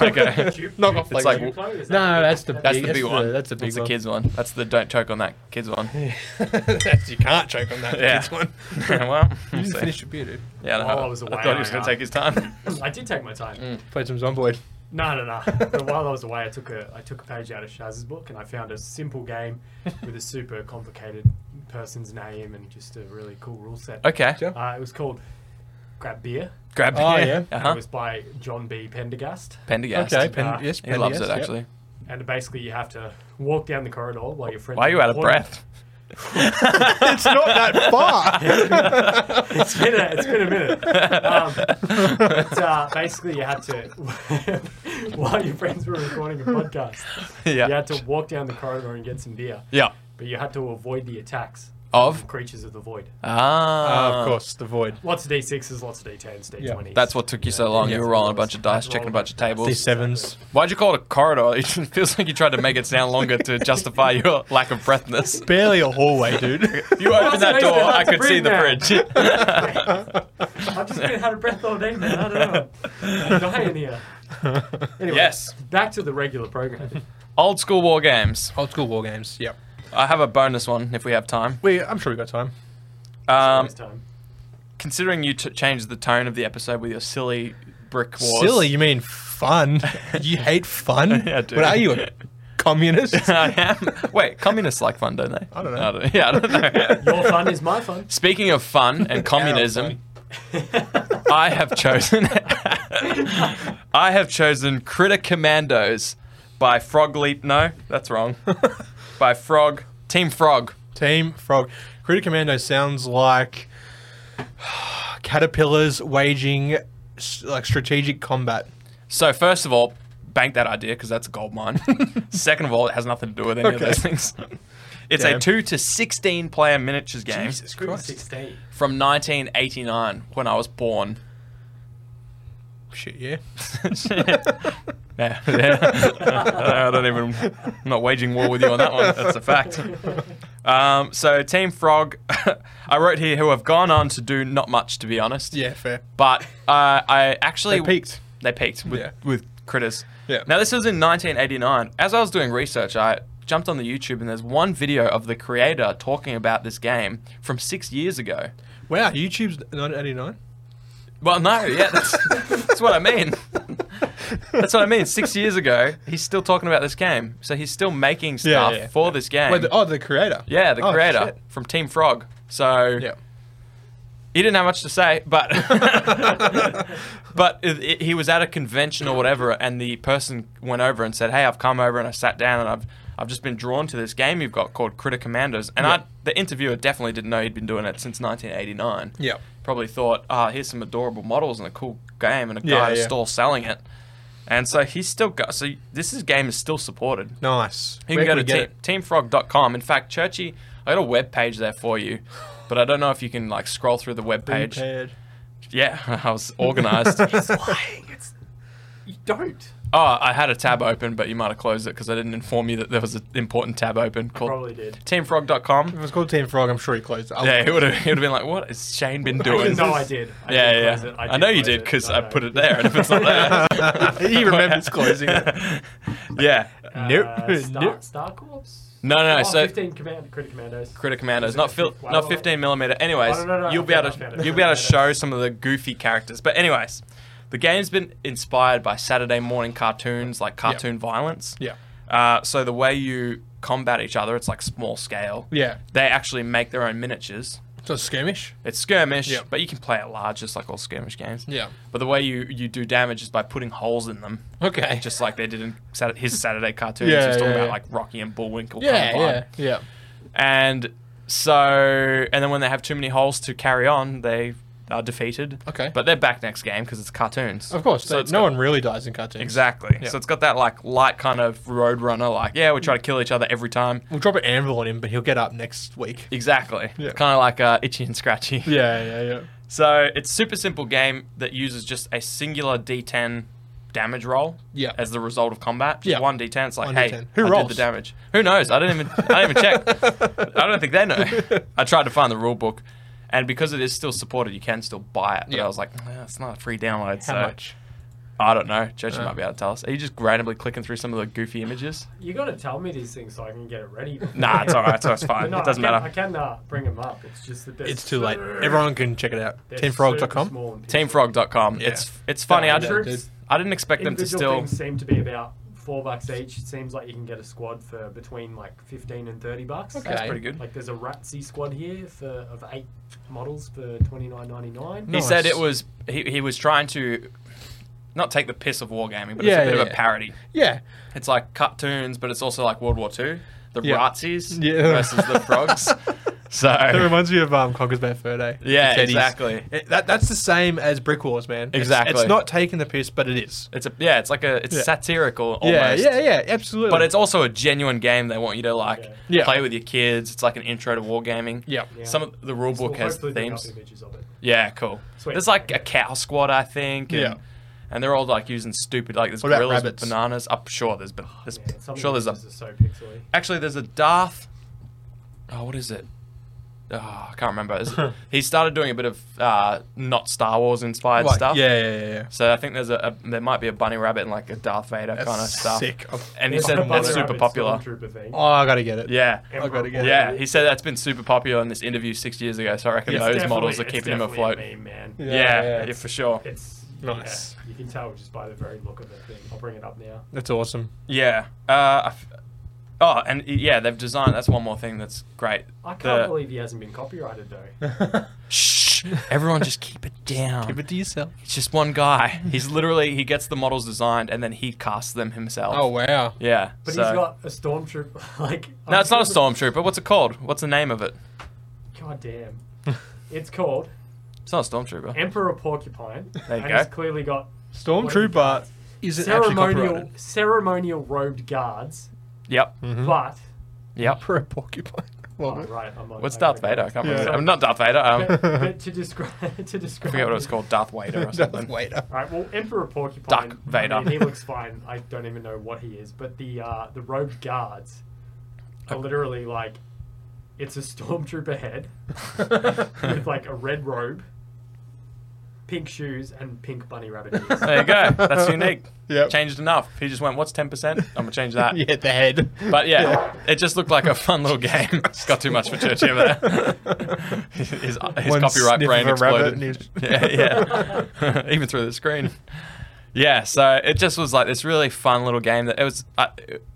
Lego. Knock off It's Lego. like- no, that's the That's big, the big one. uh, that's the big that's the one. kids one. That's the don't choke on that kids one. That's- you can't choke on that Yeah. kids one. well, You we'll didn't see. finish your beer, dude. Yeah, I, don't While know. Oh, I was away, thought he was I, going uh, to take his time. I did take my time. Mm. Played some Zomboid. No, no, no. But while I was away, I took a I took a page out of Shaz's book and I found a simple game with a super complicated person's name and just a really cool rule set. okay. Sure. Uh, it was called Grab Beer. Grab Oh, it. yeah. Uh-huh. It was by John B. Pendergast. Pendergast. Okay, Pen- Ah, yes, he loves it Pendergast, yep. actually. And basically, you have to walk down the corridor while your friend. Why are you out of breath? it's not that far. it's been a, it's been a minute. Um, but, uh, basically, you had to while your friends were recording a podcast. You yeah. had to walk down the corridor and get some beer, Yeah. but you had to avoid the attacks Of of creatures of the void. ah, Uh, of course, the void. Lots of d6s, lots of d10s, d20s. That's what took you so long. You were rolling a bunch of dice, Rolling checking a bunch of tables. dice. D7s. Why'd you call it a corridor? It feels like you tried to make it sound longer to justify your lack of breathness. Barely a hallway, dude. You opened that door, I could see the fridge. I've just been out of breath all day, man. I don't know. I'm dying here. Anyway, yes, Back to the regular program. old school war games. Old school war games. Yep. I have a bonus one if we have time. We, I'm sure we got time. Um, Next time. considering you t- changed the tone of the episode with your silly brick wars. Silly, you mean fun? you hate fun? Yeah, I do. What are you, a communist? I am. Wait, communists like fun, don't they? I don't know. yeah, I don't know. Your fun is my fun. Speaking of fun and communism, I have chosen. I have chosen Critter Commandos by Frog Leap. No, that's wrong. by Frog Team Frog. Team Frog. Critter Commando sounds like caterpillars waging s- like strategic combat. So first of all, bank that idea because that's a gold mine. Second of all, it has nothing to do with any of Okay. those things. It's Damn. a two to sixteen player miniatures game We were 16. from 1989 when I was born. Shit, yeah. Yeah, yeah. I don't even. I'm not waging war with you on that one. That's a fact. Um, so Team Frog, I wrote here who have gone on to do not much, to be honest. Yeah, fair. But uh, I actually They peaked. They peaked with Yeah. with critters. Yeah. Now this was in 1989. As I was doing research, I jumped on the YouTube and there's one video of the creator talking about this game from six years ago. Wow, YouTube's 1989? Well, no, yeah, that's, that's what I mean. That's what I mean. Six years ago, he's still talking about this game, so he's still making stuff yeah. for this game. Wait, the, oh, the creator. yeah, the Oh, creator shit. from Team Frog. So Yeah. he didn't have much to say, but but it, it- he was at a convention or whatever, and the person went over and said, "Hey, I've come over and I sat down and I've I've just been drawn to this game you've got called Critter Commandos." And I, the interviewer definitely didn't know he'd been doing it since 1989. Yeah. Probably thought, "Ah, here's some adorable models and a cool game and a guy Yeah, at a yeah. store selling it." And so he's still got. So this is, game is still supported. Nice. You Where can go we to get it? team, teamfrog.com. In fact, Churchy, I got a web page there for you, but I don't know if you can like scroll through the web page. Prepared. Yeah, I was organized. It's lying. It's. You don't. Oh, I had a tab open, but you might have closed it because I didn't inform you that there was an important tab open I called probably did. If it teamfrog.com. was called Team Frog, I'm sure he closed it. I'll- Yeah, he would have he would have been like, "What has Shane been doing?" No, I did. I yeah, did yeah. close it. I, know you close did it. because No, I no. put it there, and if it's not there, He remembers closing it. yeah. Nope. Uh, Star, Nope. Star Corps? No, no, no, Oh, so- 15 command, Critter Commandos. Critter Commandos, Is it not fil- fif- not wow. 15 millimeter. Anyways, Oh, no, no, no, you'll I be found able it, I found to it. you'll be able to Commandos. show some of the goofy characters. But anyways, the game's been inspired by Saturday morning cartoons like cartoon violence. Yeah. Uh, so the way you combat each other, it's like small scale. Yeah. They actually make their own miniatures. So skirmish. It's skirmish, Yeah. but you can play it large, just like all skirmish games. Yeah. But the way you, you do damage is by putting holes in them, Okay. just like they did in Sat- his Saturday cartoons. Yeah, He was talking yeah, about yeah. like Rocky and Bullwinkle. yeah, kind of vibe. yeah, yeah. And so, and then when they have too many holes to carry on, they are defeated. Okay. But they're back next game because it's cartoons. Of course, So they- it's no got- one really dies in cartoons. Exactly. Yeah. So it's got that like light kind of roadrunner, like, yeah, we try to kill each other every time. We'll drop an anvil on him, but he'll get up next week. Exactly. Yeah. Kind of like uh, Itchy and Scratchy. Yeah, yeah, yeah. So it's super simple game that uses just a singular D10 damage roll Yeah. as the result of combat. Just Yeah. one D10. It's like, One hey, D10. who Who I rolls? did the damage? Who knows? I didn't even I didn't even check. I don't think they know. I tried to find the rule book, and because it is still supported, you can still buy it. But Yeah. I was like, "Eh, it's not a free download. How so much? I don't know. Joji Uh. might be able to tell us. Are you just randomly clicking through some of the goofy images? You gotta tell me these things so I can get it ready. Nah, it's all right. It's, all right, it's But fine. no, it doesn't I can, matter. I can uh, bring them up. It's just that they're It's too late. super- Everyone can check it out. they're super Teamfrog.com. small and Teamfrog.com. Yeah. It's it's funny. Yeah, I yeah, didn't dude. I didn't expect them to individual still. things seem to be about four bucks each. It seems like you can get a squad for between like fifteen and thirty bucks. Okay. That's pretty good. Like there's a Ratsy squad here for of eight models for twenty nine ninety nine. He said Nice. it was he, he was trying to not take the piss of wargaming, but Yeah, it's a bit yeah, of a yeah. parody. Yeah. It's like cartoons, but it's also like World War Two, the Yeah. Razzies Yeah. versus the frogs. so That reminds me of um, Conker's Bad Fur Day. Yeah, The Teddies. exactly. It- that, that's the same as Brick Wars, man. It's- It's, Exactly. not taking the piss, but it is. it's a yeah, it's like a it's Yeah. satirical almost. Yeah, yeah, yeah, absolutely. But it's also a genuine game. They want you to like Yeah. play with your kids. It's like an intro to wargaming. Yeah. Yeah. Some of the rule book has themes. Images of it. Yeah, cool. Sweet. There's like a cow squad, I think. And, Yeah. And they're all like using stupid like there's What about gorillas, with rabbits? bananas. I'm sure there's, but there's, Oh, Yeah, some I'm sure of there's the a images are so pixely. actually there's a Darth. Oh, what is it? Oh, I can't remember. Is it- he started doing a bit of uh, not Star Wars inspired Like, stuff. Yeah, yeah, yeah. yeah. So I think there's a, a there might be a bunny rabbit and like a Darth Vader That's kind of stuff. sick. I've- And he There's said a bunny that's super rabbit popular. stormtrooper thing. Oh, I gotta get it. Yeah. I gotta get it. Yeah, he said that's been super popular in this interview six years ago. So I reckon Yeah. those Definitely- models are it's keeping him definitely afloat. a meme, man. Yeah. Yeah, yeah, yeah. for sure. It's Nice. yeah, you can tell just by the very look of the thing. I'll bring it up now. That's awesome. Yeah. Uh, I f- oh, and yeah, they've designed. That's one more thing that's great. I can't The- believe he hasn't been copyrighted though. Shh! Everyone, just keep it down. Keep it to yourself. It's just one guy. He's literally he gets the models designed and then he casts them himself. Oh wow. yeah. But so- he's got a stormtrooper. Like no, it's not a storm. stormtrooper. What's it called? What's the name of it? God damn. it's called It's not a stormtrooper. Emperor Porcupine. There you and go. he's clearly got Stormtrooper isn't actually ceremonial copyrighted. ceremonial robed guards, yep. Hmm. but Yep. For a porcupine. Well, oh, right, I'm not, What's I'm Darth gonna Vader? go- I can't Yeah. remember. I'm not Darth Vader. Um, But, I but to describe to describe forget what it was called. Darth Wader or something. Waiter. All right, well, Emperor Porcupine. Darth Vader. I mean, he looks fine. I don't even know what he is, but the uh, the robed guards are literally like, it's a stormtrooper head with like a red robe, pink shoes, and pink bunny rabbit ears. There you go. That's unique. Yep. Changed enough. He just went, what's 10%? I'm going to change that. You hit the head. But yeah, it just looked like a fun little game. it's got too much for Church over there. his his One copyright sniff brain of a rabbit and exploded. yeah, yeah. Even through the screen. Yeah, so it just was like this really fun little game that it was. Uh,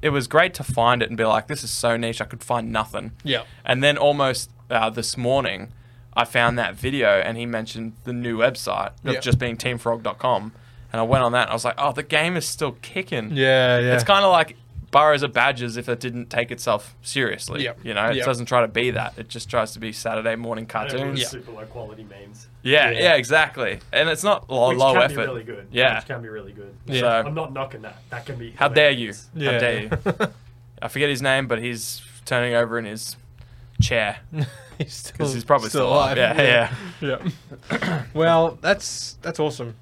it was great to find it and be like, this is so niche. I could find nothing. Yeah. And then almost uh, this morning, I found that video and he mentioned the new website of Yeah. just being teamfrog.com. And I went on that and I was like, oh, the game is still kicking. Yeah, yeah. It's kind of like Burrows are badges if it didn't take itself seriously. Yep. You know, it Yep. doesn't try to be that. It just tries to be Saturday morning And it was cartoons. Yeah, Super low quality memes. yeah, Yeah. exactly. And it's not low, which low can effort. be really good. Yeah. Which can be really good. Yeah. So- I'm not knocking that. That can be. How dare you? hilarious. yeah. How dare you? I forget his name, but he's turning over in his chair he's still, because he's probably still, alive. Yeah, yeah. yeah. well, that's that's awesome.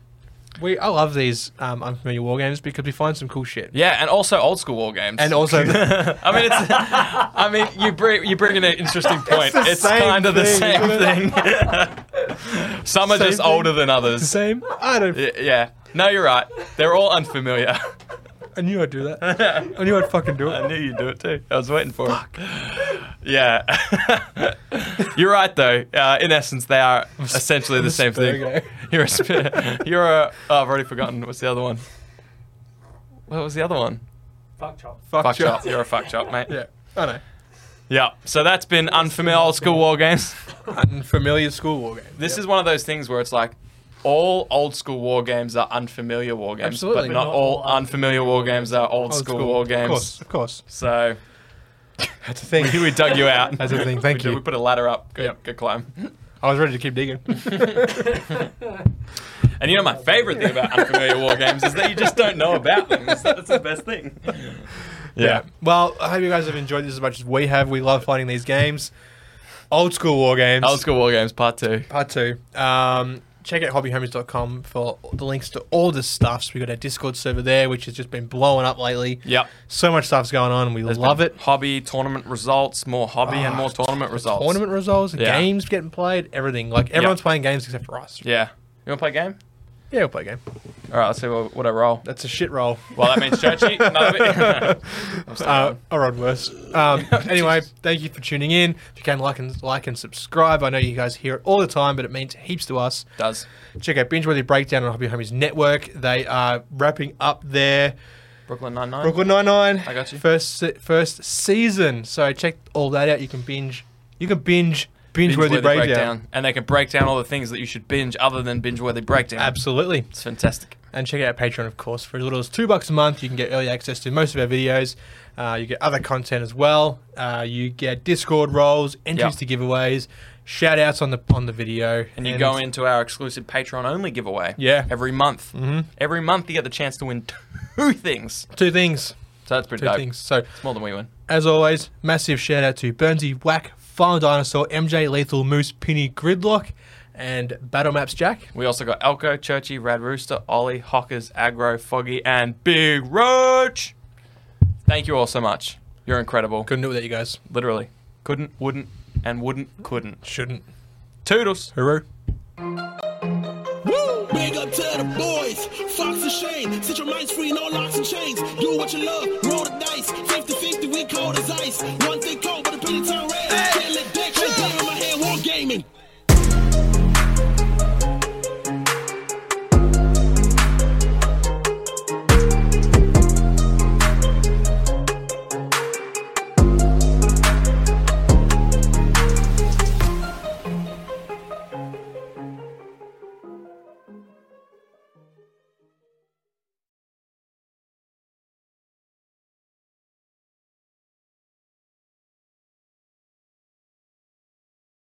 We I love these um, unfamiliar war games because we find some cool shit. Yeah, and also old school war games. And also, I mean, it's. I mean, you bring you bring in an interesting point. the It's, same kind of the thing, same thing. Some are Same just thing. older than others. same. I don't. Y- Yeah. No, you're right. They're all unfamiliar. I knew I'd do that. I knew I'd fucking do I it. knew you'd do it too. I was waiting for it. Yeah. you're right, though. Uh, in essence, they are essentially the same thing. Virgo. You're a. Sp- you're a. Oh, I've already forgotten. What's the other one? What was the other one? Fuck chop. Fuck, Fuck chop. chop. You're a fuck chop, mate. Yeah, I know. Yeah. So that's been unfamiliar old school war games. Unfamiliar school war game. This is one of those things where it's like all old school war games are unfamiliar war games, Absolutely. but not, all unfamiliar war games are old, Old school, war Of games. course, of course. So That's a thing. here we dug you out. That's a thing. Thank we, you. put a ladder up. Good, Yep. good climb. I was ready to keep digging. And you know my favorite thing about unfamiliar war games is that you just don't know about them. That's, that's the best thing. Yeah. Well, I hope you guys have enjoyed this as much as we have. We love finding these games. Old school war games. Old school war games part two. Part two. Um, check out hobbyhomies.com for the links to all the stuffs. We've got our Discord server there, which has just been blowing up lately. Yep. So much stuff's going on. We love it. Ah, Hobby tournament results, more hobby and more tournament results. Tournament results, Yeah. games getting played, everything. Like everyone's playing games except for us. Yeah. You want to play a game? Yeah, we'll play a game. All right, let's see what, what I roll. That's a shit roll. Well, that means Churchy. No, I'm Uh, sorry. or on worse. Um, anyway, thank you for tuning in. If you can, like and like and subscribe. I know you guys hear it all the time, but it means heaps to us. does. Check out Bingeworthy Breakdown on Hobby Homies Network. They are wrapping up their Brooklyn Nine-Nine. Brooklyn Nine Nine. I got you. First se- first season. So check all that out. You can binge. You can binge binge Binge-worthy worthy breakdown. And they can break down all the things that you should binge other than binge-worthy breakdown. Absolutely. It's fantastic. And check out Patreon, of course, for as little as two bucks a month. You can get early access to most of our videos. Uh, you get other content as well. Uh, you get Discord roles, entries Yep. to giveaways, shout outs on the on the video, And you go into our exclusive Patreon-only giveaway. Yeah. Every month. Mm-hmm. Every month you get the chance to win two things. two things, So that's pretty two dope. things. So It's more than we win. as always, massive shout out to Burnsy, Whack, Final Dinosaur, MJ, Lethal Moose, Pinny, Gridlock, and Battle Maps Jack. We also got Elko, Churchy, Rad Rooster, Ollie, Hockers, Agro, Foggy, and Big Roach. Thank you all so much. You're incredible. Couldn't do it without you guys. Literally. Couldn't, wouldn't, and wouldn't, couldn't. Shouldn't. Toodles. Hooroo. Woo! Big up to the boys, Fox and Shane. Set your minds free, no locks and chains. Do what you love, roll the dice. 50 50, we cold as ice. One